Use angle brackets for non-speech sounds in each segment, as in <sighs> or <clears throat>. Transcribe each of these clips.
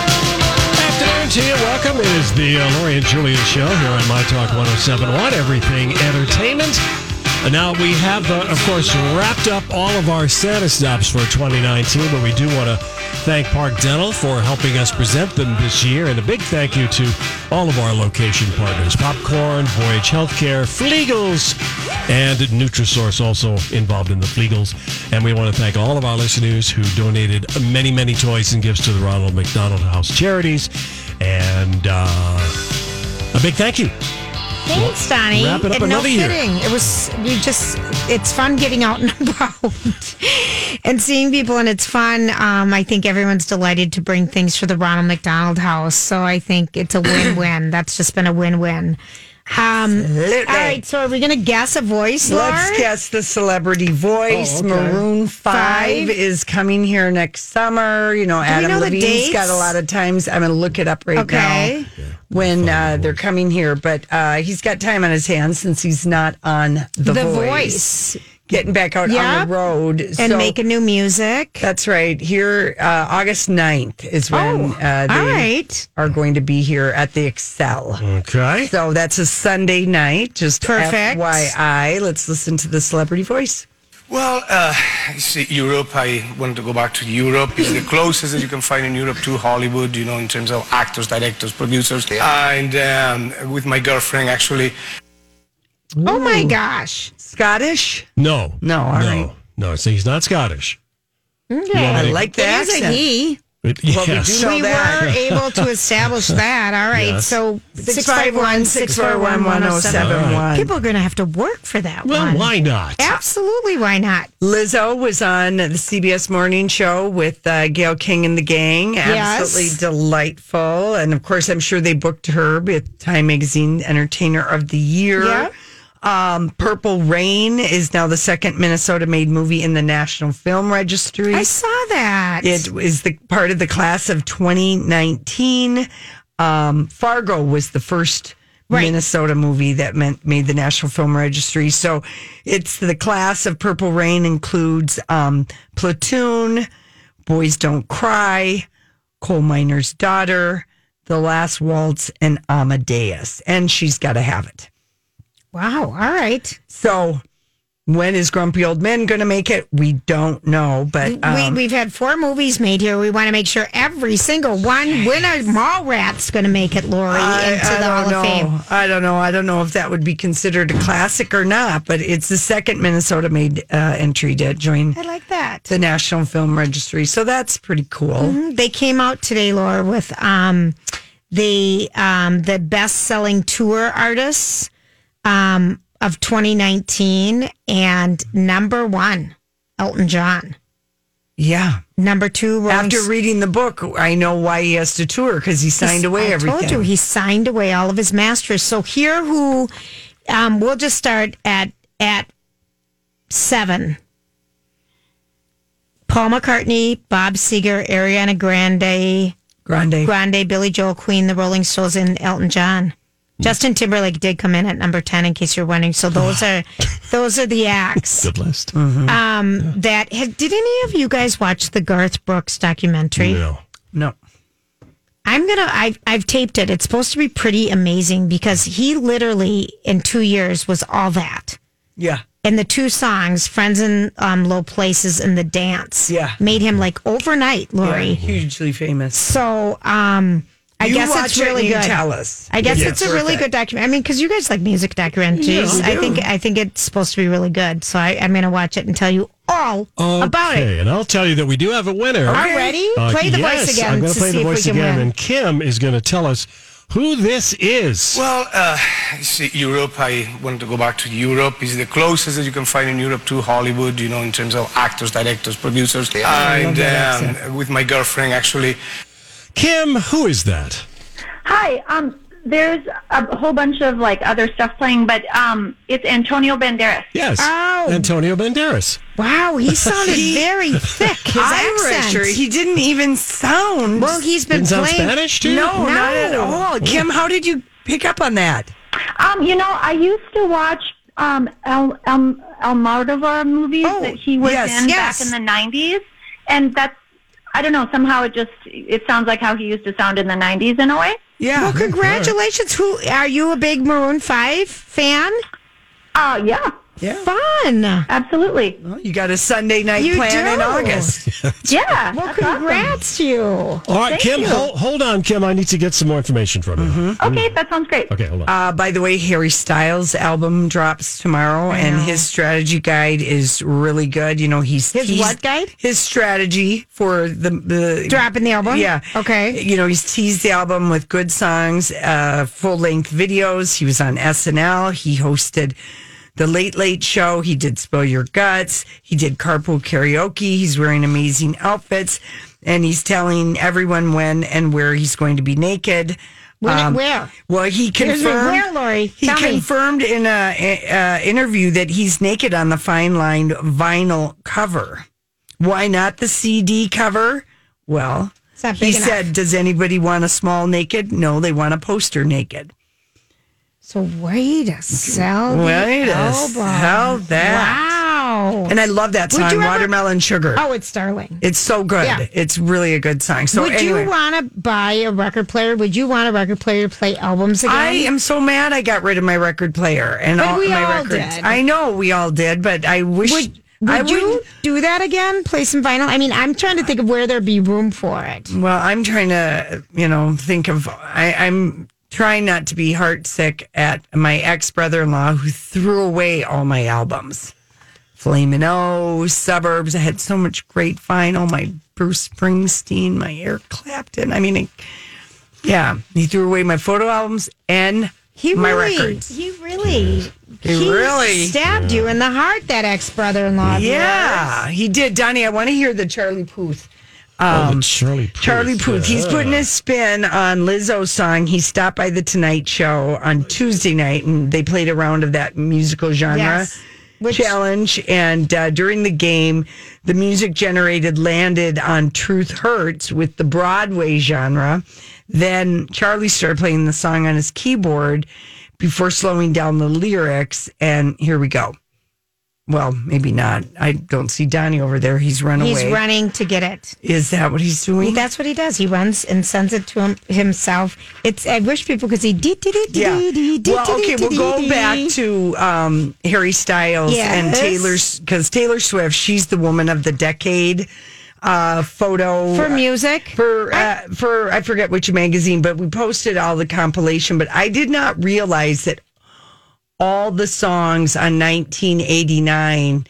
Afternoon to you. Welcome. It is the uh, Lori and Julia show here on My Talk 1071, Everything Entertainment. And now we have, uh, of course, wrapped up all of our Santa stops for 2019, but we do want to thank Park Dental for helping us present them this year. And a big thank you to all of our location partners Popcorn, Voyage Healthcare, Flegals, and Nutrisource, also involved in the Flegals. And we want to thank all of our listeners who donated many, many toys and gifts to the Ronald McDonald House Charities. And uh, a big thank you. Thanks, Donnie. Wrap it up and another no year. kidding. It was we just it's fun getting out and <laughs> about and seeing people and it's fun. Um, I think everyone's delighted to bring things for the Ronald McDonald House. So I think it's a win <clears throat> win. That's just been a win win. Um all right, so are we gonna guess a voice, Laura? Let's guess the celebrity voice. Oh, okay. Maroon 5, Five. is coming here next summer. You know, Adam know the Levine's dates? got a lot of times. I'm going to look it up right Okay. now when uh, they're coming here. But uh, he's got time on his hands since he's not on The, The voice. Getting back out on Yep. the road. And making new music. That's right. Here, uh, August 9th is when Oh, uh, they all right. Mm. are going to be here at the Excel. Okay. So that's a Sunday night. Just Perfect. FYI. Let's listen to the celebrity voice. Well, uh, you see, Europe, I wanted to go back to Europe. It's the closest that you can find in Europe to Hollywood, you know, in terms of actors, directors, producers. And um, with my girlfriend, actually, Oh my gosh. Scottish? No. No, no. all right. No, so he's not Scottish. Okay. I like the It is a accent. he. It- we yes. do know- we that. were able to <laughs> establish that. All right. Yes. So 651 641 1071. People are going to have to work for that well, one. why not? Absolutely. Why not? Lizzo was on the CBS Morning Show with uh, Gail King and the gang. Absolutely Yes. delightful. And of course, I'm sure they booked her with Time Magazine Entertainer of the Year. Yeah. Um, Purple Rain is now the second Minnesota made movie in the National Film Registry. I saw that. It is the part of the class of 2019. Um, Fargo was the first Right. Minnesota movie that meant, made the National Film Registry. So it's the class of Purple Rain includes um, Platoon, Boys Don't Cry, Coal Miner's Daughter, The Last Waltz, and Amadeus. And she's got to have it. wow. All right. So when is Grumpy Old Men going to make it? We don't know, but um, we, we've had four movies made here. We want to make sure every single one winner, Mallrats, going to make it, Lori, into Um, the Hall know. of Fame. I don't know. I don't know if that would be considered a classic or not, but it's the second Minnesota made uh, entry to join I like that. the National Film Registry. So that's pretty cool. They came out today, Laura, with um, the um, the best selling tour artists um, of 2019, and number one, Elton John. Yeah. Number two, Rolling After reading the book, I know why he has to tour because he signed He's- away I everything. told you he signed away all of his masters. So here, who um, we'll just start at at seven. Paul McCartney, Bob Seger, Ariana Grande, Grande. Grande, Billy Joel, Queen, The Rolling Stones, and Elton John. Justin Timberlake did come in at number ten, in case you're wondering. So those are those are <laughs> the acts Good list. um, that had, did. Any of you guys watch the Garth Brooks documentary? No. no. I'm gonna. I've I've taped it. It's supposed to be pretty amazing because he literally in two years was all that. Yeah. And the two songs, "Friends in um, Low Places" and "The Dance," Yeah. made him like overnight, Lori. Hugely famous. So, um, I You guess watch it's it really and you good. tell us. I guess Yeah, it's a perfect. really good document. I mean, because you guys like music documentaries, Yeah, we I think I think it's supposed to be really good. So I, I'm going to watch it and tell you all about Okay, it. And I'll tell you that we do have a winner. Are you ready? Uh, play the yes, voice again I'm to going to play see the voice if we can again, win. and Kim is going to tell us who this is. Well, uh, see, Europe, I want to go back to Europe. It's the closest that you can find in Europe to Hollywood, you know, in terms of actors, directors, producers. and um, with my girlfriend, actually, Kim, who is that? Hi. Um, there's a whole bunch of like other stuff playing, but um, it's Antonio Banderas. Yes, Oh. Antonio Banderas. Wow, <laughs> he sounded very thick. His Irish, accent. or he didn't even sound. well, he's been Didn't sound playing. Spanish to you? no, not at No. all. Kim, how did you pick up on that? Um, you know, I used to watch um El El Almodovar movies Oh, that he was yes, in yes. back in the '90s, and that's I don't know. Somehow it just it sounds like how he used to sound in the '90s in a way. Yeah. Well, congratulations. Who are you? A big Maroon Five fan? Uh, yeah, yeah. Fun. absolutely. Well, you got a Sunday night You plan in do. August. Yeah. Well, that's awesome. congrats to you. All right, Thank Kim, you. Hold, hold on, Kim. I need to get some more information from you. Mm-hmm. Okay, that sounds great. Okay, hold on. Uh, by the way, Harry Styles' album drops tomorrow, and his strategy guide is really good. You know, he's His he's- what guide? His strategy for the the Dropping the album? Yeah. Okay. You know, he's teased the album with good songs, uh, full length videos. He was on SNL. He hosted the Late Late Show. He did Spill Your Guts. He did Carpool Karaoke. He's wearing amazing outfits, and he's telling everyone when and where he's going to be naked. Um, When and where? Well, he Here's confirmed. me. Where, Lori? He Tell me. confirmed in a, a, a interview that he's naked on the fine lined vinyl cover. Why not the CD cover? Well, It's not he big enough. said, "Does anybody want a small naked? No, they want a poster naked." So way to sell the Wait a album. sell that. Oh, Wow. And I love that Would song, you ever- Watermelon Sugar. oh, it's Starling. It's so good. Yeah. It's really a good song. So Would anyway, you want to buy a record player? Would you want a record player to play albums again? I am so mad I got rid of my record player and But all we my all records. did. I know we all did, but I wish would would I you wouldn't- do that again? Play some vinyl? I mean, I'm trying to think of where there'd be room for it. Well, I'm trying to, you know, think of. I, I'm trying not to be heartsick at my ex brother in law who threw away all my albums. Flamin' O, Suburbs. I had so much great vinyl. My Bruce Springsteen, my Eric Clapton. I mean, it, yeah, he threw away my photo albums and He my really, records. he really, He really- stabbed you in the heart. That ex brother-in-law. of Yeah, he did, Donnie. I want to hear the Charlie Puth. um, oh, it's Charlie Puth. Charlie Puth. He's putting his spin on Lizzo's song. He stopped by the Tonight Show on Tuesday night, and they played a round of that musical genre Yes. Which- challenge. And uh, during the game, the music generated landed on "Truth Hurts" with the Broadway genre. Then Charlie started playing the song on his keyboard before slowing down the lyrics. And here we go. Well, maybe not. I don't see Donnie over there. He's run yours. He's away. Mm-hmm. running to get it. Is that what he's doing? That's what he does. He runs and sends it to him, himself. It's I wish people could see. Dee, dee, dee, dee, Yeah. dee, dee, dee, Well, dee, okay, dee, we'll dee, go dee. back to um, Harry Styles and Yes. Taylor's because Taylor Swift, she's the woman of the decade. Uh, photo for music. for uh, for I forget which magazine, but we posted all the compilation. But I did not realize that all the songs on 1989,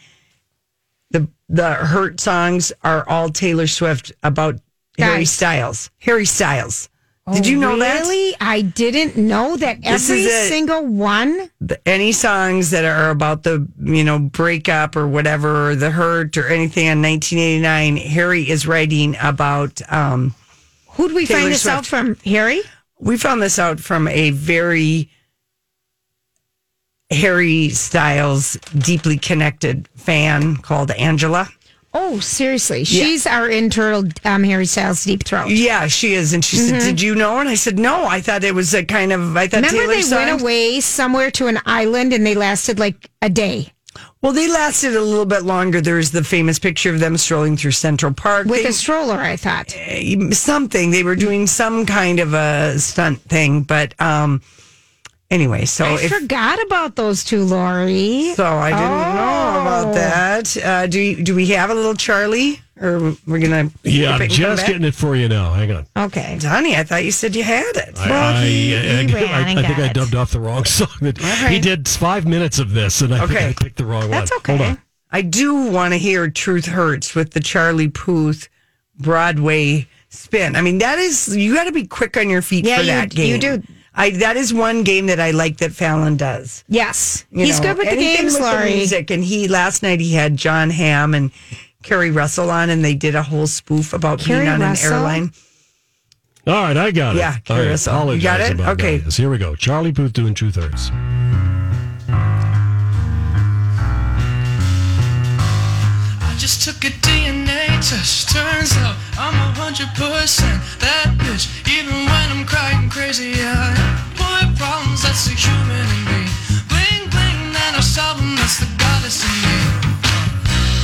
the the hurt songs are all Taylor Swift about Harry Guys. Oh, Styles. Harry Styles. did you know that? Really? I didn't know that This every is it. single one. the, any songs that are about the you know breakup or whatever or the hurt or anything on 1989 harry is writing about um Who'd we Taylor find this Swift. out from? Harry? we found this out from a very harry styles deeply connected fan called angela Oh, seriously. She's our internal um, Harry Styles deep throat. yeah she is and she said did you know and i said no i thought it was a kind of i thought Mm-hmm. Remember taylor they went away somewhere to an island and they lasted like a day. Well, they lasted a little bit longer. There's the famous picture of them strolling through Central Park. with They- a stroller. I thought. something. They were doing some kind of a stunt thing, but um anyway, so I Oh, if forgot about those two, Lori. so I didn't know Oh. about that. Uh do you, do we have a little Charlie or we're going to Yeah, I'm just getting it for you now. Hang on. Okay. Honey, I thought you said you had it. I, Well, he- I- he I- ran I- and I think got I it. dubbed off the wrong song. He right. did five minutes of this, and I Okay. think I clicked the wrong That's one. okay. Hold on. I do want to hear Truth Hurts with the Charlie Puth Broadway spin. I mean, that is you got to be quick on your feet Yeah, for you- that game. you do. I that is one game that I like that Fallon does. Yes, you he's know, good with the anything games, with Lori. music, and he last night he had John Hamm and Carrie Russell on, and they did a whole spoof about Kerry being on Russell? an airline. All right, I got it. Yeah, All right, Carousel. apologize You got it? about Okay. that. Here we go. Charlie Puth doing Truth Hurts. I just took a DNA test. Turns out I'm a hundred percent that bitch. Even when I'm crying crazy, I boy problems. That's the human in me. Bling bling, then I solve 'em, That's the goddess in me.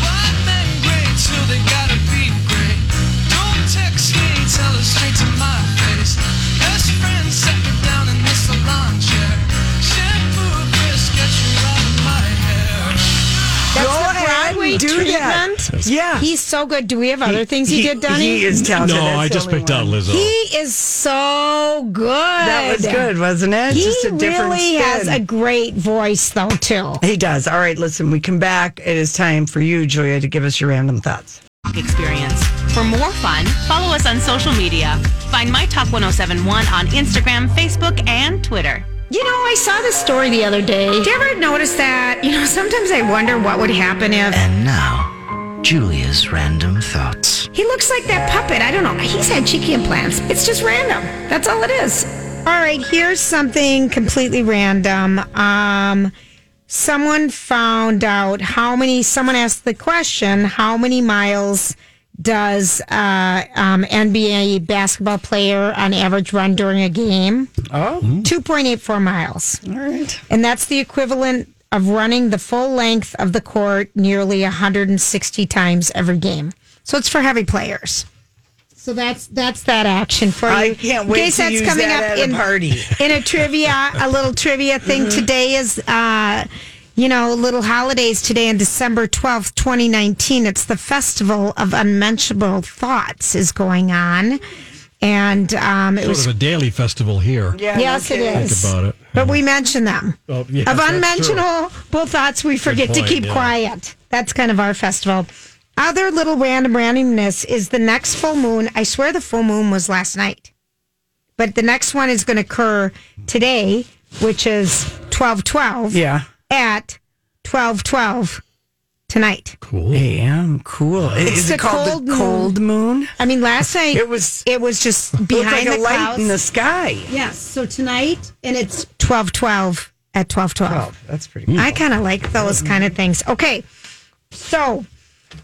White men great till they gotta be great. Don't text me, tell it straight to my face. Best friend set me down in this salon chair. Shampoo, Chris, get you out of my hair. That's Go the ahead Broadway and do that. treatment. Yeah. he's so good. Do we have other things he, did, Donnie? He is talented. No, Oh, That's I the just only picked one. out Lizzo. He is so good. That was good, wasn't it? He just a different really spin. has a great voice, though. Too. He does. All right, listen, we come back. It is time for you, Julia, to give us your random thoughts. experience. For more fun, follow us on social media. Find My Talk 1071 on Instagram, Facebook, and Twitter. You know, I saw this story the other day. Do you ever notice that? You know, sometimes I wonder what would happen if And now, Julia's random thoughts. He looks like that puppet. I don't know. He's had cheeky implants. It's just random. That's all it is. All right, here's something completely random. Um, someone found out how many. Someone asked the question: How many miles does uh, um, NBA basketball player on average run during a game? Oh, two point eight four miles, All right. and that's the equivalent of running the full length of the court nearly 160 times every game. So it's for heavy players. So that's that's that action for you. I can't wait Guess to that's use coming that up at a in party. in a trivia, a little trivia thing today is, uh, you know, little holidays today on December 12th, 2019. It's the Festival of Unmentionable Thoughts is going on. And um, it Sort was, of a daily festival here. Yeah, <laughs> yes, it okay. is. Think about it. But we mention them. Oh, yes, of that's true. unmentionable thoughts we forget point, to keep yeah. quiet. That's kind of our festival. Other little random randomness is the next full moon. I swear the full moon was last night. But the next one is going to occur today, which is 1212 Yeah. at 1212 tonight. Cool. Damn, cool. It's Is the it called cold the moon. cold moon? I mean, last night It was- it was just It looked behind like a the light clouds. in the sky. yes, so tonight and it's 1212 at 1212. Oh, that's pretty cool. I kind of like those kind of things. Okay. So,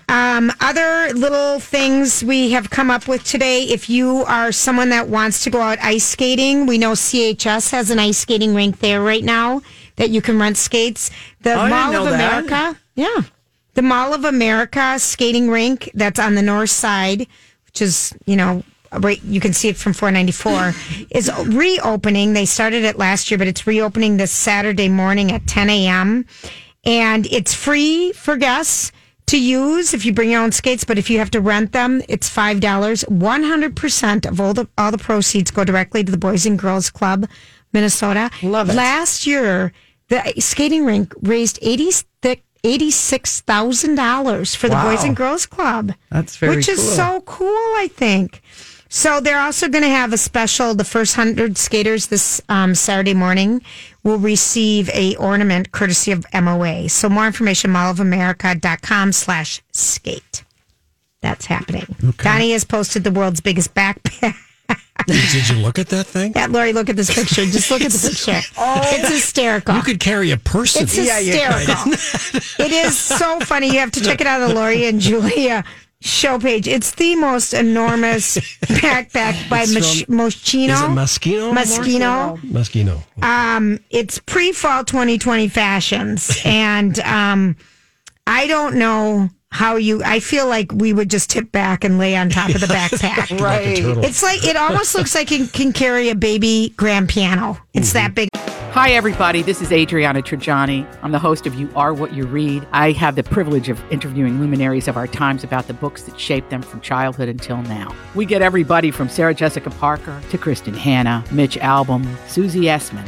um, other little things we have come up with today. If you are someone that wants to go out ice skating, we know CHS has an ice skating rink there right now that you can rent skates. The I didn't Mall of know that. America. Yeah. The Mall of America skating rink that's on the north side, which is, you know, right, you can see it from <laughs> 494, is reopening. They started it last year, but it's reopening this Saturday morning at 10 a.m. And it's free for guests to use if you bring your own skates, but if you have to rent them, it's $5. 100% of all the, all the proceeds go directly to the Boys and Girls Club, Minnesota. Love it. Last year, the skating rink raised 80, $86,000 for the Boys Wow. and Girls Club. That's very Which is cool. so cool, I think. So they're also going to have a special. The first hundred skaters this um, Saturday morning will receive a ornament courtesy of MOA. So more information, mallofamerica.com slash skate. That's happening. Donnie has posted the world's biggest backpack. <laughs> Did you look at that thing? That Lori, look at this picture. Just look <laughs> at the picture. Oh, it's hysterical. You could carry a person. It's hysterical. it is so funny. You have to check it out on the Lori and Julia show page. It's the <laughs> most enormous backpack by It's Mach- from- Moschino. Is it Moschino? Moschino. Moschino. Um, it's pre fall <laughs> 2020 fashions. and um, I don't know how you, I feel like we would just tip back and lay on top of <laughs> the backpack. Like a turtle. It's like, it almost looks like it can carry a baby grand piano. Mm-hmm. It's that big. Hi, everybody. This is Adriana Trajani. I'm the host of You Are What You Read. I have the privilege of interviewing luminaries of our times about the books that shaped them from childhood until now. We get everybody from Sarah Jessica Parker to Kristen Hanna, Mitch Albom, Susie Essman,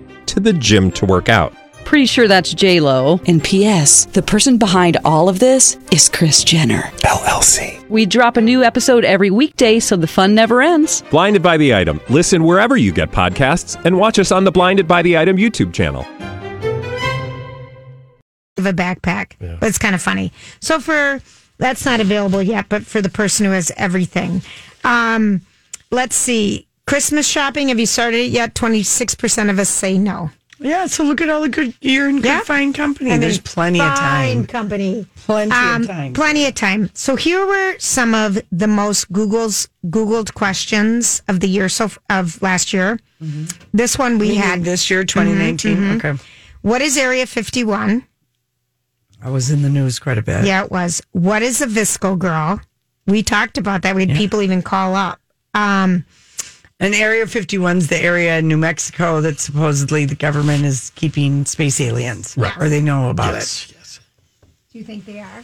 to the gym to work out. Pretty sure that's J Lo. And P.S. The person behind all of this is Chris Jenner LLC. We drop a new episode every weekday, so the fun never ends. Blinded by the item. Listen wherever you get podcasts, and watch us on the Blinded by the Item YouTube channel. of a backpack. But it's kind of funny. So for that's not available yet, but for the person who has everything. Um, let's see. Christmas shopping, have you started it yet? 26% of us say no. Yeah, so look at all the good you're in good fine company. And There's then plenty of fine time. company. Plenty of Um, time. Plenty of time. So here were some of the most Google's Googled questions of the year so f- of last year. This one we Meaning had Mm-hmm. this year, 2019? Okay. What is Area 51? I was in the news quite a bit. Yeah, it was. What is a Visco girl? We talked about that. We had people even call up. Um, And Area 51's the area in New Mexico that supposedly the government is keeping space aliens. Right. Or they know about it. Do you think they are?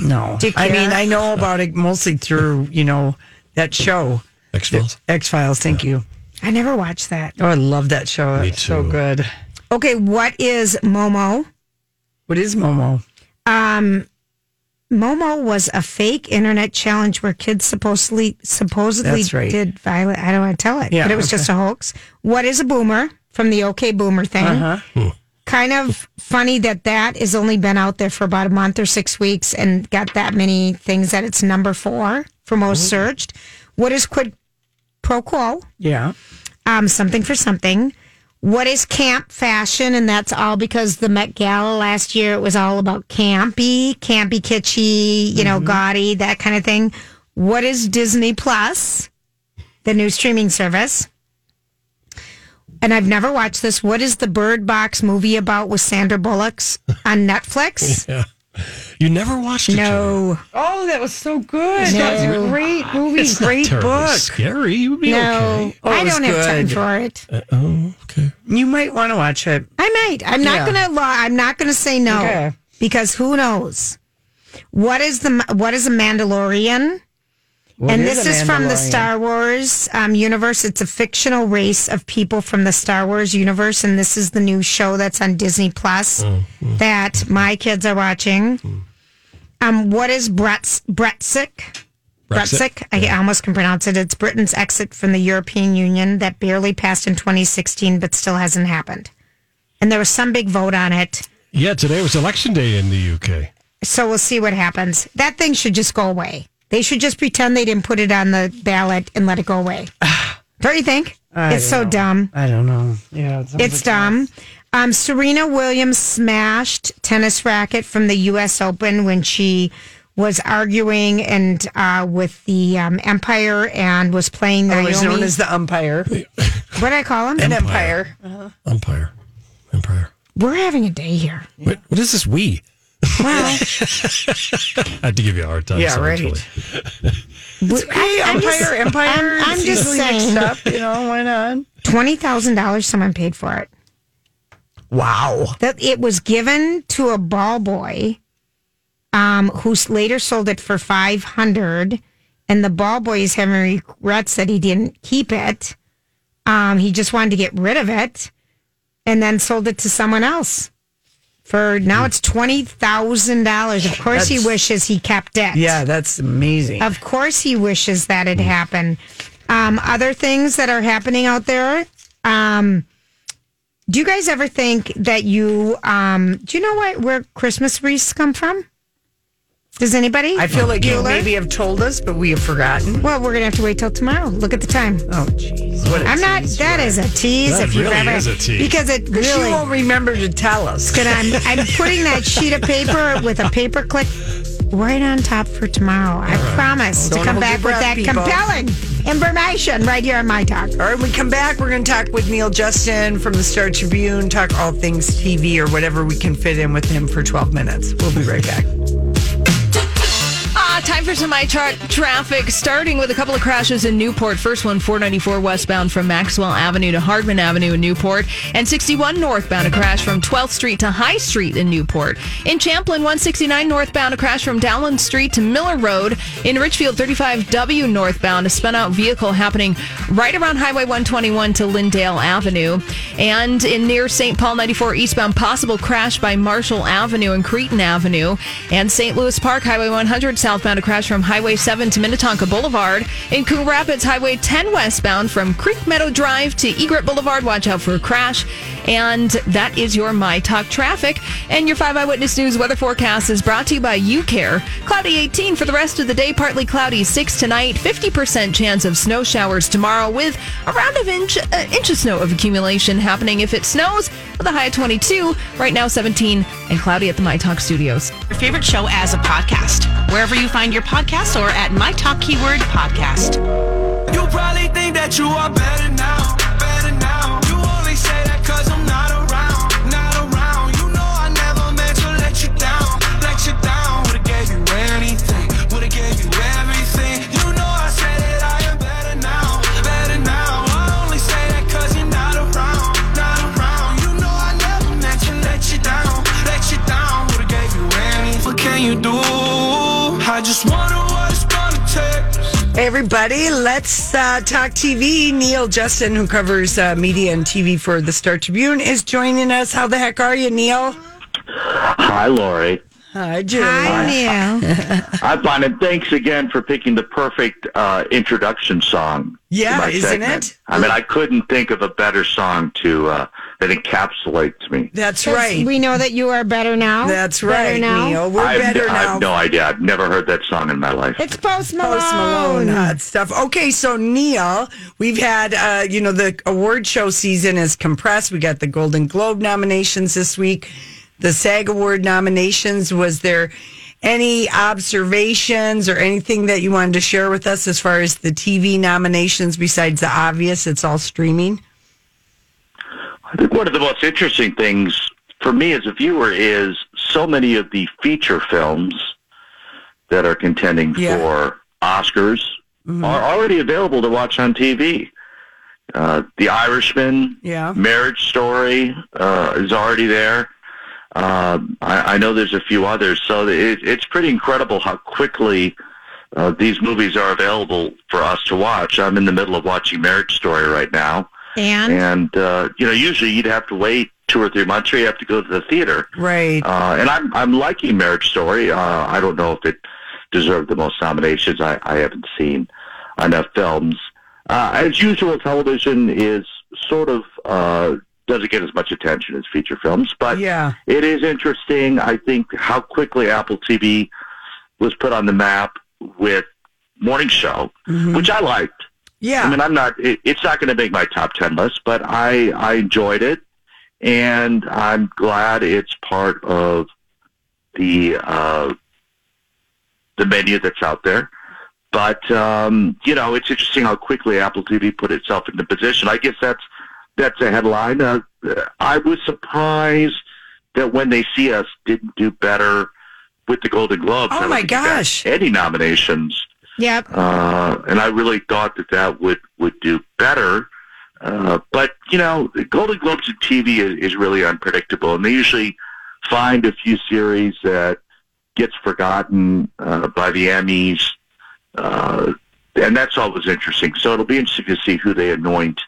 No. Do you I mean, care? I know about it mostly through, you know, that show. X Files. X Files, thank you. I never watched that. Oh, I love that show. Me It's so too. good. Okay, what is Momo? What is Momo? Um, Momo was a fake internet challenge where kids supposedly supposedly That's right. did violent. I don't want to tell it, Yeah, but it was okay. just a hoax. What is a boomer from the OK Boomer thing? Uh-huh. Hmm. Kind of funny that that has only been out there for about a month or six weeks and got that many things that it's number four for Oh. most searched. What is quid pro quo? Yeah. um, something for something. What is camp fashion? And that's all because the Met Gala last year it was all about campy, campy, kitschy, you know, gaudy, that kind of thing. What is Disney Plus, the new streaming service? And I've never watched this. What is the Bird Box movie about with Sandra Bullock's on Netflix? Yeah. You never watched it. Johnny. No, Oh, that was so good. No. That's a great movie, It's not great terribly book. Scary. You would be no, Oh, I it was don't have time good. for it. okay. Uh, oh, okay. You might want to watch it. I might. I'm not Yeah. gonna lie. I'm not gonna say no Okay. because who knows? What is the what is a Mandalorian? What and is this a is from the Mandalorian? Star Wars um, universe. It's a fictional race of people from the Star Wars universe, and this is the new show that's on Disney Plus Mm, that my kids are watching. Um, what is Bretz, Bretzik? Brexit. Brexit. I almost can pronounce it. It's Britain's exit from the European Union that barely passed in 2016, but still hasn't happened. And there was some big vote on it. Yeah, today was election day in the UK. So we'll see what happens. That thing should just go away. They should just pretend they didn't put it on the ballot and let it <sighs> go away. Don't you think? I it's don't so know. dumb. I don't know. Yeah. it sounds It's like- dumb. Um, Serena Williams smashed tennis racket from the U.S. Open when she was arguing and uh, with the um, Empire and was playing Oh, Naomi. he's known as the umpire. what do I call him? An umpire. Umpire. Umpire. We're having a day here. What, what is this we? <laughs> Well, I had to give you a hard time. Yeah, sorry, right. Julie. Hey, I'm umpire, just- empire. I'm- I'm is just easily mixed saying. Up, you know, why not? twenty thousand dollars someone paid for it. Wow. That it was given to a ball boy, um, who s- later sold it for five hundred, and the ball boy is having regrets that he didn't keep it. Um, he just wanted to get rid of it, and then sold it to someone else For now, it's twenty thousand dollars. Of course, he wishes he kept it. Yeah, that's amazing. Of course, he wishes that had happened. Um, other things that are happening out there. Um, do you guys ever think that you? Um, do you know what where Christmas wreaths come from? Does anybody? I feel like you Bueller? maybe have told us, but we have forgotten. Well, we're gonna have to wait till tomorrow. Look at the time. Oh, jeez. What a I'm not. tease That you are. is a tease. That if you've really ever, is a tease. Because it 'Cause she really won't remember to tell us. Because I'm I'm putting that sheet of paper with a paper clip right on top for tomorrow. I promise Don't to come hold your back with breath, that people. compelling information right here on my talk. All right, when we come back, we're going to talk with Neil Justin from the Star Tribune, talk all things TV or whatever we can fit in with him for 12 minutes. We'll be right back. Ah, time for some iChart traffic, starting with a couple of crashes in Newport. First one, 494 westbound from Maxwell Avenue to Hardman Avenue in Newport, and 61 northbound, a crash from 12th Street to High Street in Newport. In Champlin, 169 northbound, a crash from Dowland Street to Miller Road. In Richfield, 35W northbound, a spun out vehicle happening right around Highway 121 to Lindale Avenue. And in near St. Paul, 94 eastbound, possible crash by Marshall Avenue and Cretin Avenue. And St. Louis Park, Highway 100 southbound, a crash from Highway 7 to Minnetonka Boulevard. In Coon Rapids, Highway 10 westbound from Creek Meadow Drive to Egret Boulevard. Watch out for a crash. And that is your My Talk traffic. And your 5 Eyewitness News weather forecast is brought to you by UCare. Cloudy 18 for the rest of the day, partly cloudy 6 tonight, 50% chance of snow showers tomorrow with around an inch, uh, inch of snow of accumulation happening if it snows with a high of 22. Right now, 17 and cloudy at the My Talk studios. Your favorite show as a podcast, wherever you find your podcasts or at My Talk Keyword Podcast. You probably think that you are better now, better now. You only say that cause I'm not around, not around. You know I never meant to let you down, let you down. Would've gave you anything, would've gave you everything. You know I said that I am better now, better now. I only say that cause you're not around, not around. You know I never meant to let you down, let you down. Would've gave you anything. What can you do? I just wonder what it's gonna take. Hey, everybody, let's uh, talk TV. Neil Justin, who covers uh, media and TV for the Star Tribune, is joining us. How the heck are you, Neil? Hi, Lori. Hi, Julie. Hi, Neil. Hi, Bon, and thanks again for picking the perfect uh, introduction song. to Yeah, my isn't segment. it? I mean, I couldn't think of a better song to uh, that encapsulates me. <laughs> That's right. We know that you are better now. That's Better right, now. Neil. We're I've, better I now. have no idea. I've never heard that song in my life. It's Post Malone. Post Malone hot stuff. Okay, so Neil, we've had uh, you know the award show season is compressed. We got the Golden Globe nominations this week, the SAG Award nominations. Was there any observations or anything that you wanted to share with us as far as the TV nominations besides the obvious? It's all streaming. I think one of the most interesting things for me as a viewer is so many of the feature films that are contending for Oscars are already available to watch on TV. Uh, the Irishman, Yeah. Marriage Story uh, is already there. Um I, I know there's a few others, so it, it's pretty incredible how quickly uh, these movies are available for us to watch. I'm in the middle of watching Marriage Story right now, And and uh, you know, usually you'd have to wait two or three months, or you have to go to the theater. Right. Uh, and I'm I'm liking Marriage Story. Uh, I don't know if it deserved the most nominations. I, I haven't seen enough films. Uh, as usual, television is sort of uh, doesn't get as much attention as feature films, but yeah, it is interesting. I think how quickly Apple TV was put on the map with Morning Show, which I liked. Yeah. I mean, I'm not. It, it's not going to make my top ten list, but I I enjoyed it, and I'm glad it's part of the uh, the menu that's out there. But um, you know, it's interesting how quickly Apple TV put itself into position. I guess that's that's a headline. Uh, I was surprised that when they see us didn't do better with the Golden Globes. Oh, I don't my think we got gosh. Any nominations? Yep. uh, and I really thought that that would would do better. Uh, but you know, the Golden Globes in TV is, is really unpredictable, and they usually find a few series that gets forgotten uh, by the Emmys, uh, and that's always interesting. So it'll be interesting to see who they anoint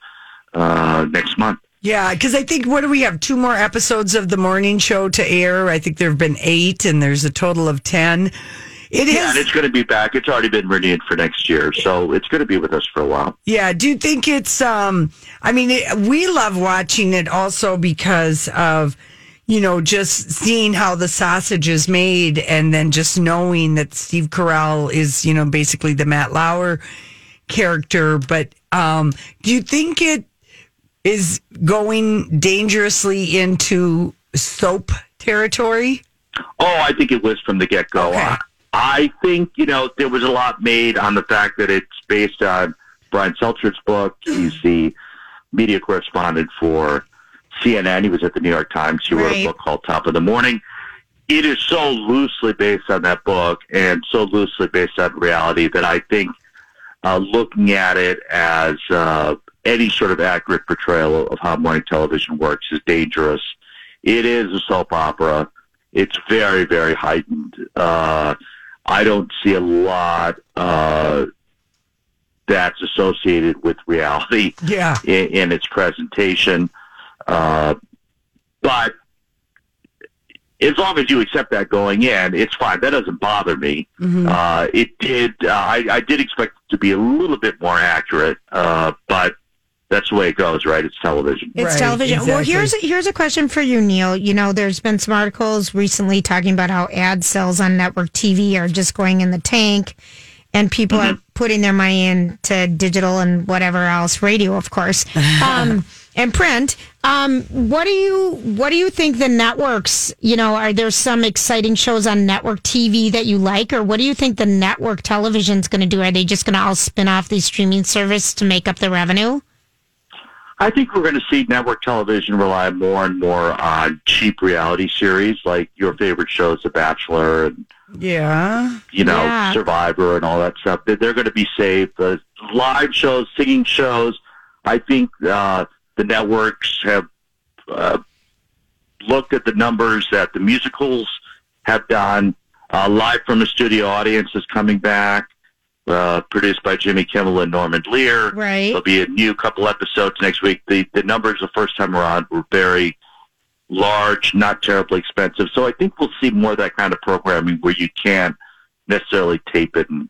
uh, next month. Yeah, because I think what do we have? Two more episodes of the morning show to air. I think there have been eight, and there's a total of ten. It is. Yeah, and it's going to be back. It's already been renewed for next year, so it's going to be with us for a while. Yeah. Do you think it's? Um, I mean, it, we love watching it also because of, you know, just seeing how the sausage is made, and then just knowing that Steve Carell is, you know, basically the Matt Lauer character. But um, do you think it is going dangerously into soap territory? Oh, I think it was from the get go. I, I think you know there was a lot made on the fact that it's based on Brian Seltzer's book. He's the media correspondent for CNN. He was at the New York Times. He wrote a Right. book called Top of the Morning. It is so loosely based on that book and so loosely based on reality that I think uh, looking at it as uh, any sort of accurate portrayal of how morning television works is dangerous. It is a soap opera. It's very, very heightened. Uh, I don't see a lot uh, that's associated with reality <laughs> Yeah. in, in its presentation. Uh, but as long as you accept that going in, it's fine. That doesn't bother me. Mhm. Uh, it did. Uh, I, I did expect it to be a little bit more accurate, uh, but that's the way it goes, right? It's television. It's television. Well, here's a, here's a question for you, Neil. You know, there's been some articles recently talking about how ad sales on network TV are just going in the tank, and people are putting their money into digital and whatever else, radio, of course, um, and print. Um, what do you what do you think the networks? You know, are there some exciting shows on network TV that you like, or what do you think the network television's going to do? Are they just going to all spin off these streaming service to make up the revenue? I think we're going to see network television rely more and more on cheap reality series like your favorite shows, The Bachelor, and Yeah. you know, Yeah. Survivor and all that stuff. They're, they're going to be saved. The live shows, singing shows, I think uh, the networks have uh, looked at the numbers that the musicals have done. Uh, live from the studio audience is coming back, uh, produced by Jimmy Kimmel and Norman Lear. Right. There'll be a new couple episodes next week. The, the numbers the first time around were very large, not terribly expensive. So I think we'll see more of that kind of programming where you can't necessarily tape it and,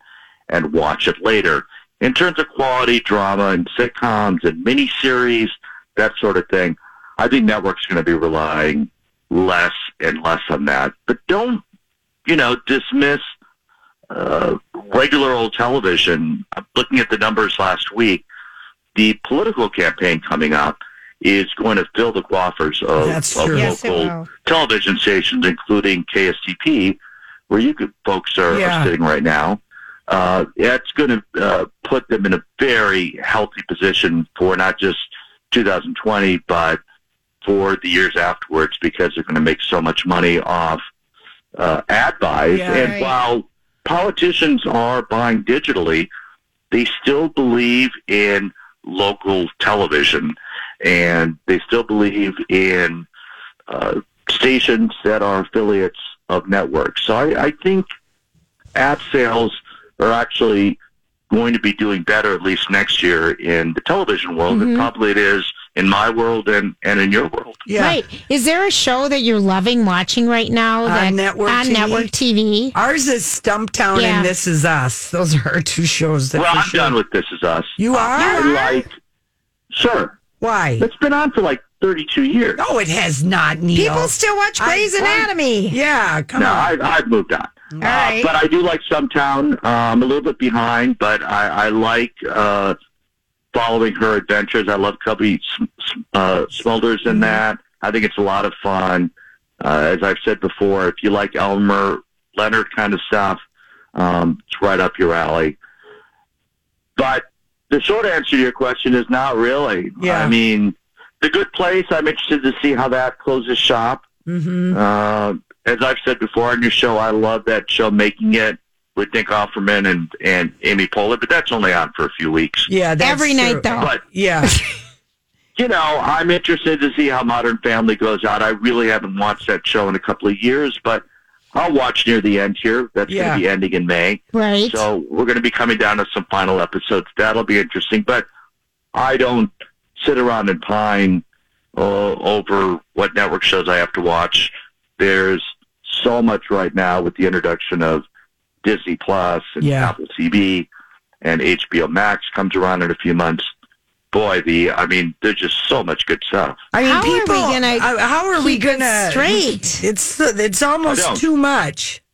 and watch it later. In terms of quality drama and sitcoms and miniseries, that sort of thing, I think networks are going to be relying less and less on that. But don't, you know, dismiss uh, regular old television. I'm looking at the numbers last week. The political campaign coming up is going to fill the coffers of, That's of true. local Yes, it will. television stations, including KSTP, where you could, folks are, Yeah. are sitting right now. Uh, that's going to uh, put them in a very healthy position for not just 2020, but for the years afterwards because they're going to make so much money off uh, ad buys. Yeah, and right. while politicians are buying digitally, they still believe in local television and they still believe in uh, stations that are affiliates of networks. So I, I think ad sales are actually going to be doing better at least next year in the television world than probably it is in my world and, and in your world. Right. Is there a show that you're loving watching right now? That, on network on TV. network TV. Ours is Stumptown Yeah. and This Is Us. Those are our two shows that Well, for I'm sure- done with This Is Us. You are? I like, sure. Why? It's been on for like 32 years. No, it has not, Neil. People still watch I- Grey's Anatomy. Yeah, come no, on. I, I've moved on. All right. But I do like Sumtown. Uh, I'm a little bit behind, but I, I like uh, following her adventures. I love Cubby Sm- Sm- uh, Smulders in that. I think it's a lot of fun. Uh, as I've said before, if you like Elmer Leonard kind of stuff, um, it's right up your alley. But the short answer to your question is not really. Yeah. I mean, the good place. I'm interested to see how that closes shop. Mm-hmm. Uh, as I've said before on your show, I love that show Making It with Nick Offerman and, and Amy Poehler, but that's only on for a few weeks. yeah, that's Every true. night, though. But, <laughs> yeah. you know, I'm interested to see how Modern Family goes out. I really haven't watched that show in a couple of years, but I'll watch near the end here. That's Yeah. going to be ending in May. Right. So we're going to be coming down to some final episodes. That'll be interesting, but I don't sit around and pine uh, over what network shows I have to watch. There's so much right now with the introduction of Disney Plus and Yeah. Apple TV and HBO Max comes around in a few months. Boy, the I mean, there's just so much good stuff. I mean, How are we people, gonna uh, how are we keep it gonna straight? <laughs> It's it's I don't. almost too much.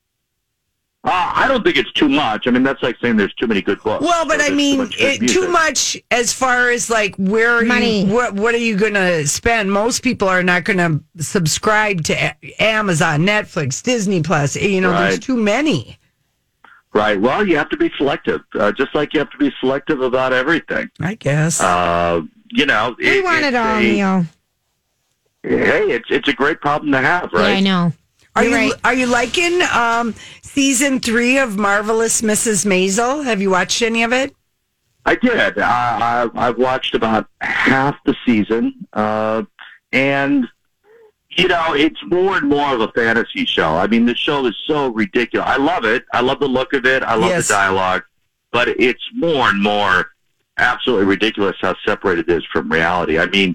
Uh, I don't think it's too much. I mean, that's like saying there's too many good books. Well, but or I there's mean, good it, too music. much as far as like where are Money. you, what what are you going to spend? Most people are not going to subscribe to A- Amazon, Netflix, Disney Plus. eh, You know, there's Right. too many. Right. Well, you have to be selective, uh, just like you have to be selective about everything. I guess. Uh, you know, We want it it's all, a- Neil. Hey, it's it's a great problem to have, right? Yeah, I know. Are You're you right. are you liking um, season three of Marvelous Mrs. Maisel? Have you watched any of it? I did. I, I, I've watched about half the season, uh, and you know, it's more and more of a fantasy show. I mean, the show is so ridiculous. I love it. I love the look of it. I love Yes. the dialogue, but it's more and more absolutely ridiculous how separated it is from reality. I mean,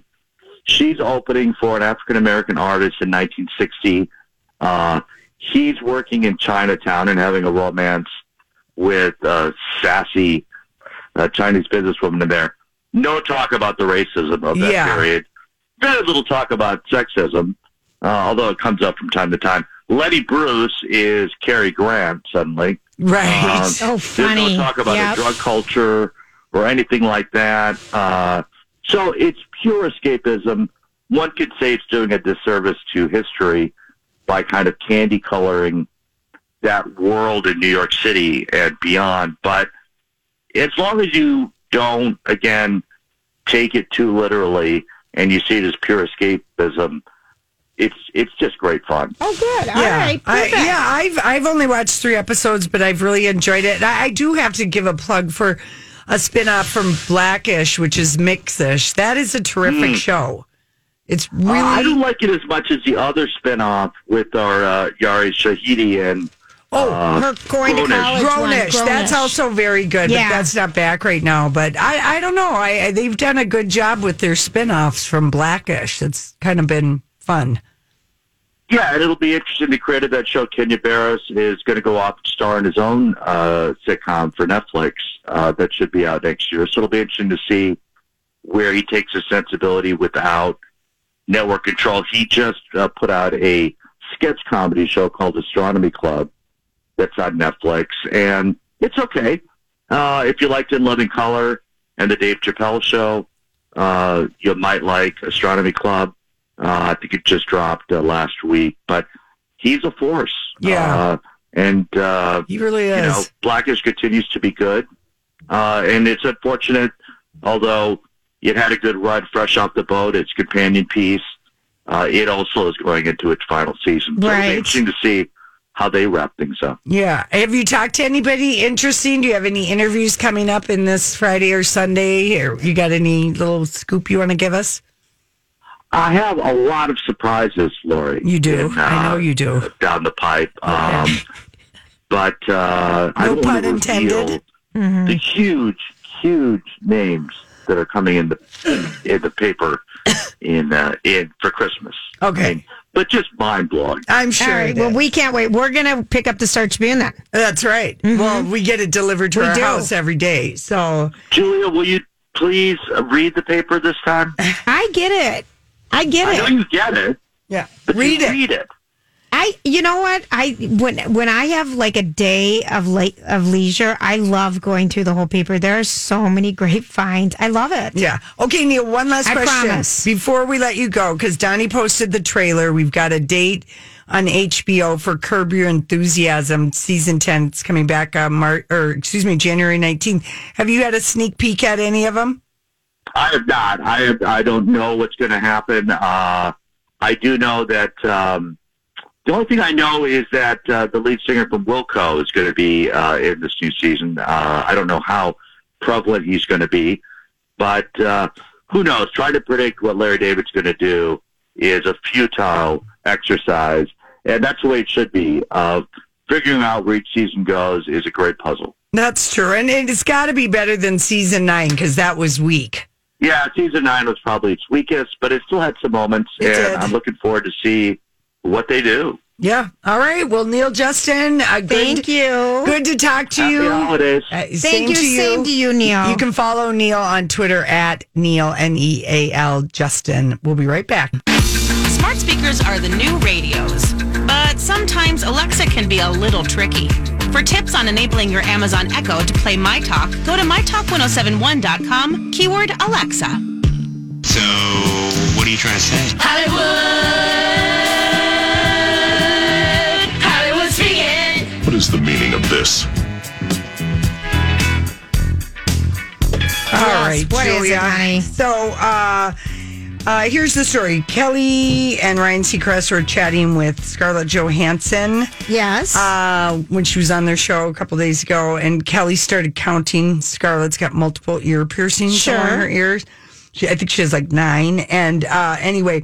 she's opening for an African American artist in 1960. Uh, he's working in Chinatown and having a romance with a sassy uh, Chinese businesswoman in there. No talk about the racism of that Yeah. period. Very little talk about sexism, uh, although it comes up from time to time. Letty Bruce is Cary Grant suddenly. Right. <laughs> Oh, Um, There's no talk about Oh, Yep. a drug culture or anything like that. Uh, so it's pure escapism. One could say it's doing a disservice to history by kind of candy coloring that world in New York City and beyond. But as long as you don't, again, take it too literally and you see it as pure escapism, it's it's just great fun. Oh, good. All right. I, perfect. yeah, I've I've only watched three episodes, but I've really enjoyed it. I, I do have to give a plug for a spin off from Blackish, which is Mixish. That is a terrific show. It's really Hmm. Uh, I don't like it as much as the other spinoff with our uh, Yari Shahidi and Oh, uh, her going to Grown-ish. college one, Grownish. That's Grownish. also very good, Yeah. but that's not back right now. But I, I don't know. I, I they've done a good job with their spin offs from Blackish. It's kind of been fun. Yeah, and it'll be interesting. The creator of that show, Kenya Barris, is going to go off and star in his own uh, sitcom for Netflix uh, that should be out next year. So it'll be interesting to see where he takes his sensibility without network control. He just uh, put out a sketch comedy show called Astronomy Club that's on Netflix, and it's okay. Uh, if you liked In Loving Color and The Dave Chappelle Show, uh, you might like Astronomy Club. Uh, I think it just dropped uh, last week, but he's a force. Yeah. Uh, and, uh, He really is. you know, Blackish continues to be good. Uh, and it's unfortunate, although it had a good run fresh off the boat, its companion piece. Uh, it also is going into its final season. So it'll Right. be interesting to see how they wrap things up. Yeah. Have you talked to anybody interesting? Do you have any interviews coming up in this Friday or Sunday? Or you got any little scoop you want to give us? I have a lot of surprises, Lori. You do. I know you do. Down the pipe. Um, but uh, I No don't pun want to reveal intended. Mhm. the huge, huge names that are coming in the in the paper in uh, in for Christmas. Okay. But just mind blowing. I'm sure. All right. it Well, is. we can't wait. We're going to pick up the Star Tribune then. That's right. Well, we get it delivered to Mm-hmm. We our do. house every day. So Julia, will you please uh, read the paper this time? I get it. I get I it. know you get it. Yeah. But Read you it. Read it. I you know what I when when I have like a day of late of leisure, I love going through the whole paper. There are so many great finds. I love it. Yeah. Okay, Neil, one last I question promise. before we let you go because Donnie posted the trailer. We've got a date on HBO for Curb Your Enthusiasm season 10. It's coming back on Mar- or excuse me, January 19th. Have you had a sneak peek at any of them? I have not. I have, I don't know what's going to happen. Uh, I do know that um, the only thing I know is that uh, the lead singer from Wilco is going to be uh, in this new season. Uh, I don't know how prevalent he's going to be, but uh, who knows? Trying to predict what Larry David's going to do is a futile exercise, and that's the way it should be. Uh, figuring out where each season goes is a great puzzle. That's true. And, and it's got to be better than season 9 cuz that was weak. Yeah, season nine was probably its weakest, but it still had some moments, and I'm looking forward to see what they do. Yeah. All right. Well, Neil Justin, uh, good, thank you. Good to talk to you. holidays. Uh, Thank you. Same to you, Neil. You can follow Neil on Twitter at Neil N E A L Justin. We'll be right back. Smart speakers are the new radios, but sometimes Alexa can be a little tricky. For tips on enabling your Amazon Echo to play My Talk, oh go to mytalk1071.com, keyword Alexa. So, what are you trying to say? Hollywood, Hollywood speaking. What is the meaning of this? All Yes, right, what is it, Julia. honey? So, uh, uh, here's the story. Kelly and Ryan Seacrest were chatting with Scarlett Johansson. Yes. Uh, when she was on their show a couple days ago, and Kelly started counting. Scarlett's got multiple ear piercings Sure. on her ears. She, I think she has like nine. And uh, anyway,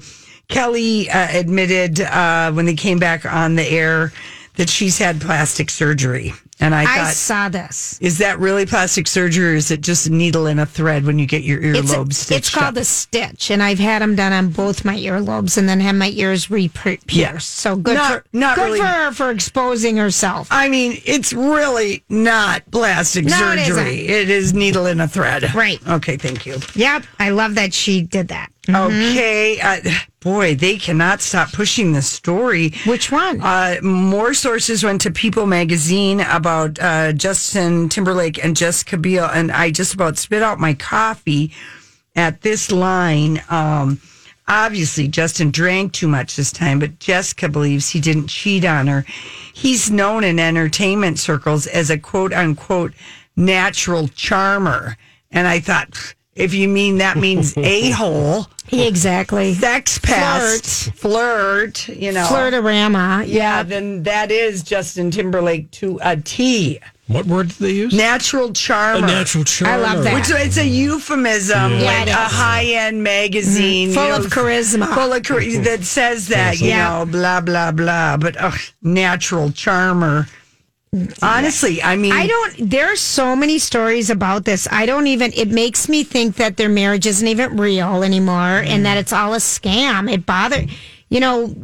Kelly uh, admitted uh, when they came back on the air that she's had plastic surgery. And I, I thought, saw this. is that really plastic surgery or is it just a needle and a thread when you get your It's, earlobe it's stitched called up? a stitch, and I've had them done on both my earlobes, and then had my ears re-pierced. Yeah. So good, Not- for, not good really- Uh, for her for exposing herself. I mean, it's really not plastic No, it surgery. isn't. it is needle and a thread. Right. Okay, thank you. Yep, I love that she did that. Okay. Uh, boy, they cannot stop pushing this story. Which one? Uh, more sources went to People magazine about uh, Justin Timberlake and Jessica Biel, and I just about spit out my coffee at this line. Um, obviously, Justin drank too much this time, but Jessica believes he didn't cheat on her. He's known in entertainment circles as a quote unquote natural charmer. And I thought, "Pff, if you mean that means a hole, Exactly. sex pest, flirt, you know, Flirtorama. yeah, then that is Justin Timberlake to a T. What word did they use? Natural charmer. A natural charmer. I love that. Which it's a euphemism, Yeah. like Yeah, it a is. high-end magazine Mhm. Full you of <laughs> charisma. full of chari- that says that, you Yeah. know, blah blah blah. But ugh, natural charmer. Honestly, I mean, I don't. There are so many stories about this. I don't even. It makes me think that their marriage isn't even real anymore, Mm. and that it's all a scam. It bothered. You know,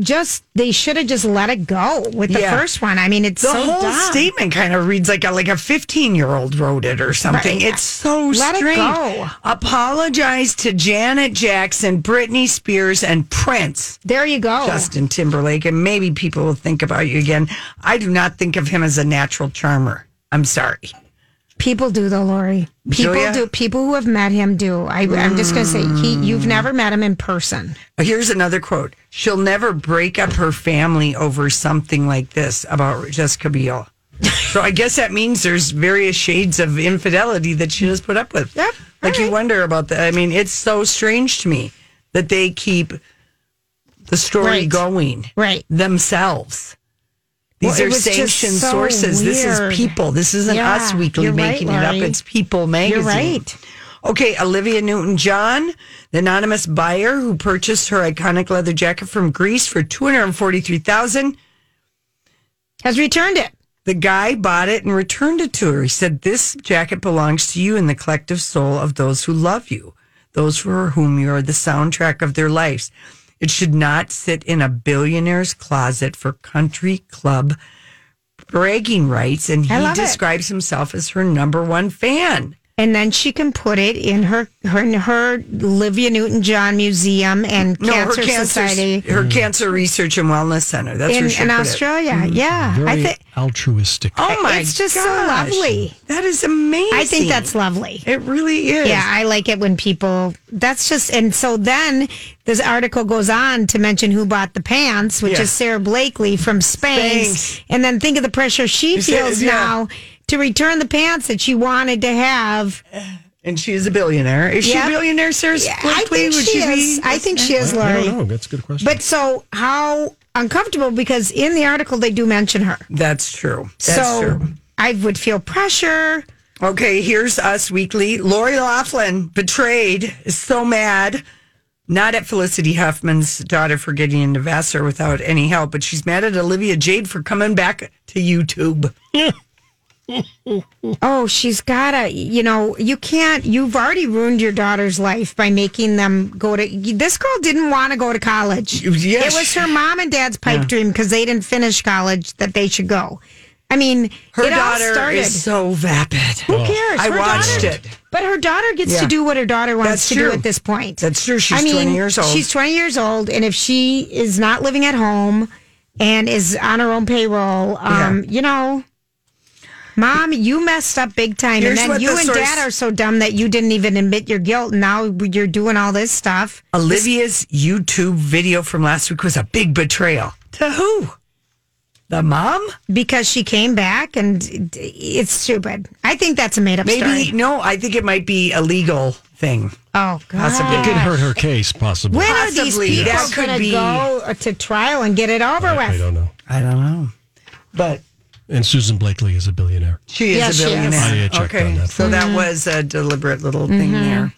just they should have just let it go with the Yeah. first one. I mean, it's The so whole dumb. statement kind of reads like a like a fifteen year old wrote it or something. Right. It's so Let it strange. go. Apologize to Janet Jackson, Britney Spears, and Prince. There you go. Justin Timberlake, and maybe people will think about you again. I do not think of him as a natural charmer. I'm sorry. People do though, Lori. People Julia? do. People who have met him do. I, I'm just gonna say, he. You've Mm. never met him in person. Here's another quote. She'll never break up her family over something like this about Jessica Biel. so I guess that means there's various shades of infidelity that she just put up with. Yep. Like you wonder about that. I mean, it's so strange to me that they keep the story Right. going right themselves. These Well, it are was just sanctioned so sources. This weird. is people. This isn't Yeah, us weekly you're right, making it up. Lori. It's People magazine. right. Okay, Olivia Newton John, the anonymous buyer who purchased her iconic leather jacket from Greece for two hundred and forty three thousand. Has returned it. The guy bought it and returned it to her. He said, This jacket belongs to you and the collective soul of those who love you, those for whom you are the soundtrack of their lives. It should not sit in a billionaire's closet for country club bragging rights. And I he love it. describes himself as her number one fan. and then she can put it in her her in her Olivia Newton John Museum and Cancer Society her cancer research and wellness center. That's Mm-hmm. in, where she in put it. Australia. Yeah, Very I think altruistic. Oh my! It's just so gosh. lovely. That is amazing. I think that's lovely. It really is. Yeah, I like it when people. That's just and so then this article goes on to mention who bought the pants, which Yeah. is Sarah Blakely from Spanx, Spanx. and then think of the pressure she It feels is, yeah. now to return the pants that she wanted to have. And she is a billionaire. Is Yep. she a billionaire, Sarah? Yeah, I Blakely? think Would she be- is. I think she is, Lori. I don't know. That's a good question. But so how uncomfortable because in the article they do mention her. That's true. That's so true. I would feel pressure. Okay, here's Us Weekly. Lori Laughlin, betrayed, is so mad. Not at Felicity Huffman's daughter for getting into Vassar without any help, but she's mad at Olivia Jade for coming back to YouTube. oh, she's gotta, you know, you can't, you've already ruined your daughter's life by making them go to, this girl didn't want to go to college. Yes. It was her mom and dad's pipe Yeah. dream because they didn't finish college that they should go. I mean, Her it all daughter started. is so vapid. Who cares? I Her watched daughter- it. But her daughter gets Yeah. to do what her daughter wants That's to true. do at this point. That's true. She's I mean, 20 years old. She's 20 years old, and if she is not living at home and is on her own payroll, um, you know, mom, you messed up big time. Here's and what then you the and source- dad are so dumb that you didn't even admit your guilt. And now you're doing all this stuff. Olivia's YouTube video from last week was a big betrayal. To who? The mom? Because she came back and it's stupid. I think that's a made up Maybe story. no. I think it might be a legal thing. Oh, God. Possibly. It could hurt her case, possibly. When are these Possibly. people That could going to be- go to trial and get it over with? I don't know. I don't know. But And Susan Blakely is a billionaire. she is Yes, she a is. Mm-hmm. billionaire. I, uh, checked okay, on that so that was a deliberate little thing there.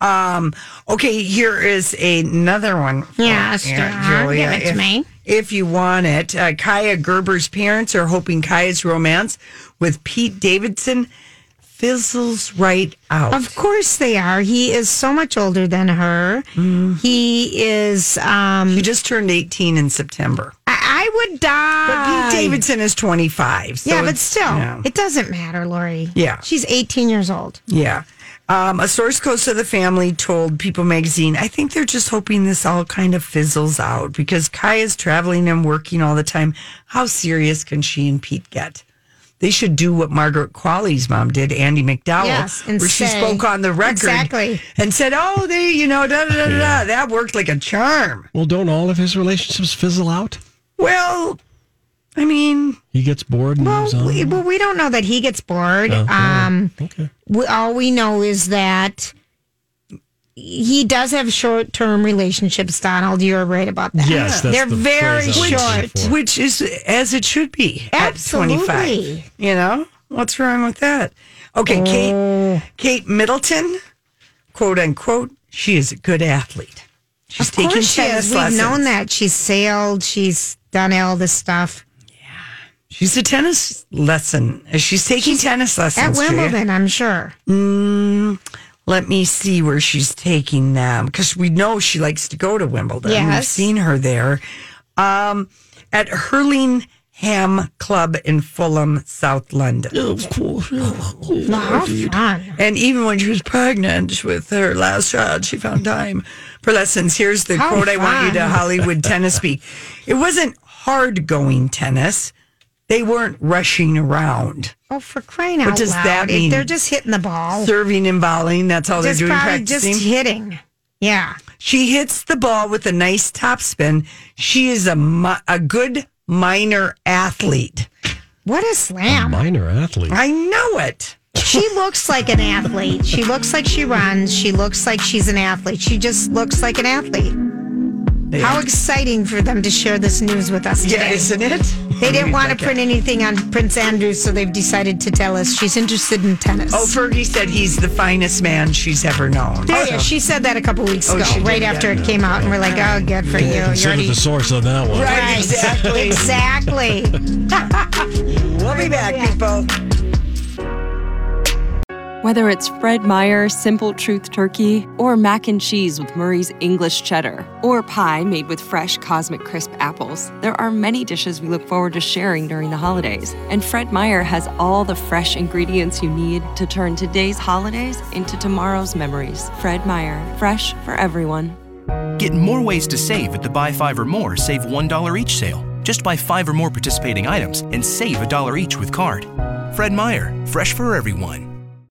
Um, okay, here is another one. for Yeah, sure. Give it to if, me. if you want it, uh, Kaya Gerber's parents are hoping Kaya's romance with Pete Davidson fizzles right out. Of course they are. He is so much older than her. He is. Um, he just turned eighteen in September. I, I would die. But Pete Davidson is 25. So yeah, but it's- still, Yeah. it doesn't matter, Lori. Yeah. she's 18 years old. Yeah. Um, a source close to the family told People magazine, I think they're just hoping this all kind of fizzles out because Kai is traveling and working all the time. How serious can she and Pete get? They should do what Margaret Qualley's mom did, Andy McDowell, Yes, and where she say- spoke on the record Exactly. and said, Oh, they, you know, da da da da. da. That worked like a charm. Well, don't all of his relationships fizzle out? Well, I mean, He gets bored and moves Well, on. we, well, we don't know that he gets bored. Okay. Um, Okay. we, all we know is that he does have short-term relationships. Donald, you're right about that. Yes, that's they're the very phrase I was looking short. for. which is as it should be Absolutely. Oh. at 25 you know what's wrong with that okay kate kate middleton quote unquote she is a good athlete she's Of taking course she tennis is. We've lessons known that she's sailed. She's done all this stuff she's a tennis lesson Uh, she's taking tennis at lessons Julia. Wimbledon. I'm sure. Mm, let me see where she's taking them because we know she likes to go to Wimbledon. We've Yes. seen her there um, at Hurlingham Club in Fulham, South London. of course. Well, how fun! And even when she was pregnant with her last child, she found time for lessons. Here's the How quote I want you to fun. Hollywood tennis speak. It wasn't hard going tennis. They weren't rushing around, Oh, for crying What out does loud! that It- mean? They're just hitting the ball. serving and volleying. That's all Oh. just they're doing. probably practicing. just hitting. Yeah. She hits the ball with a nice topspin. She is a mi- a good minor athlete. What a A slam! minor athlete. I know it. she looks like an athlete. She looks like she runs. She looks like she's an athlete. She just looks like an athlete. How exciting for them to share this news with us Yeah, today. isn't it? They didn't We'd want like to print anything on Prince Andrew, so they've decided to tell us she's interested in tennis. Oh, Fergie said he's the finest man she's ever known. Oh, yeah, she said that a couple weeks Oh, ago, she did, right yeah. after it came out, and we're like, "Oh, good for you." You're Consider already the source on that one. Right, exactly. exactly. <laughs> We'll be back, people. Whether it's Fred Meyer Simple Truth Turkey or mac and cheese with Murray's English cheddar or pie made with fresh Cosmic Crisp apples, there are many dishes we look forward to sharing during the holidays. And Fred Meyer has all the fresh ingredients you need to turn today's holidays into tomorrow's memories. Fred Meyer, fresh for everyone. Get more ways to save at the Buy Five or More Save $1 each sale. Just buy five or more participating items and save a dollar each with card. Fred Meyer, fresh for everyone.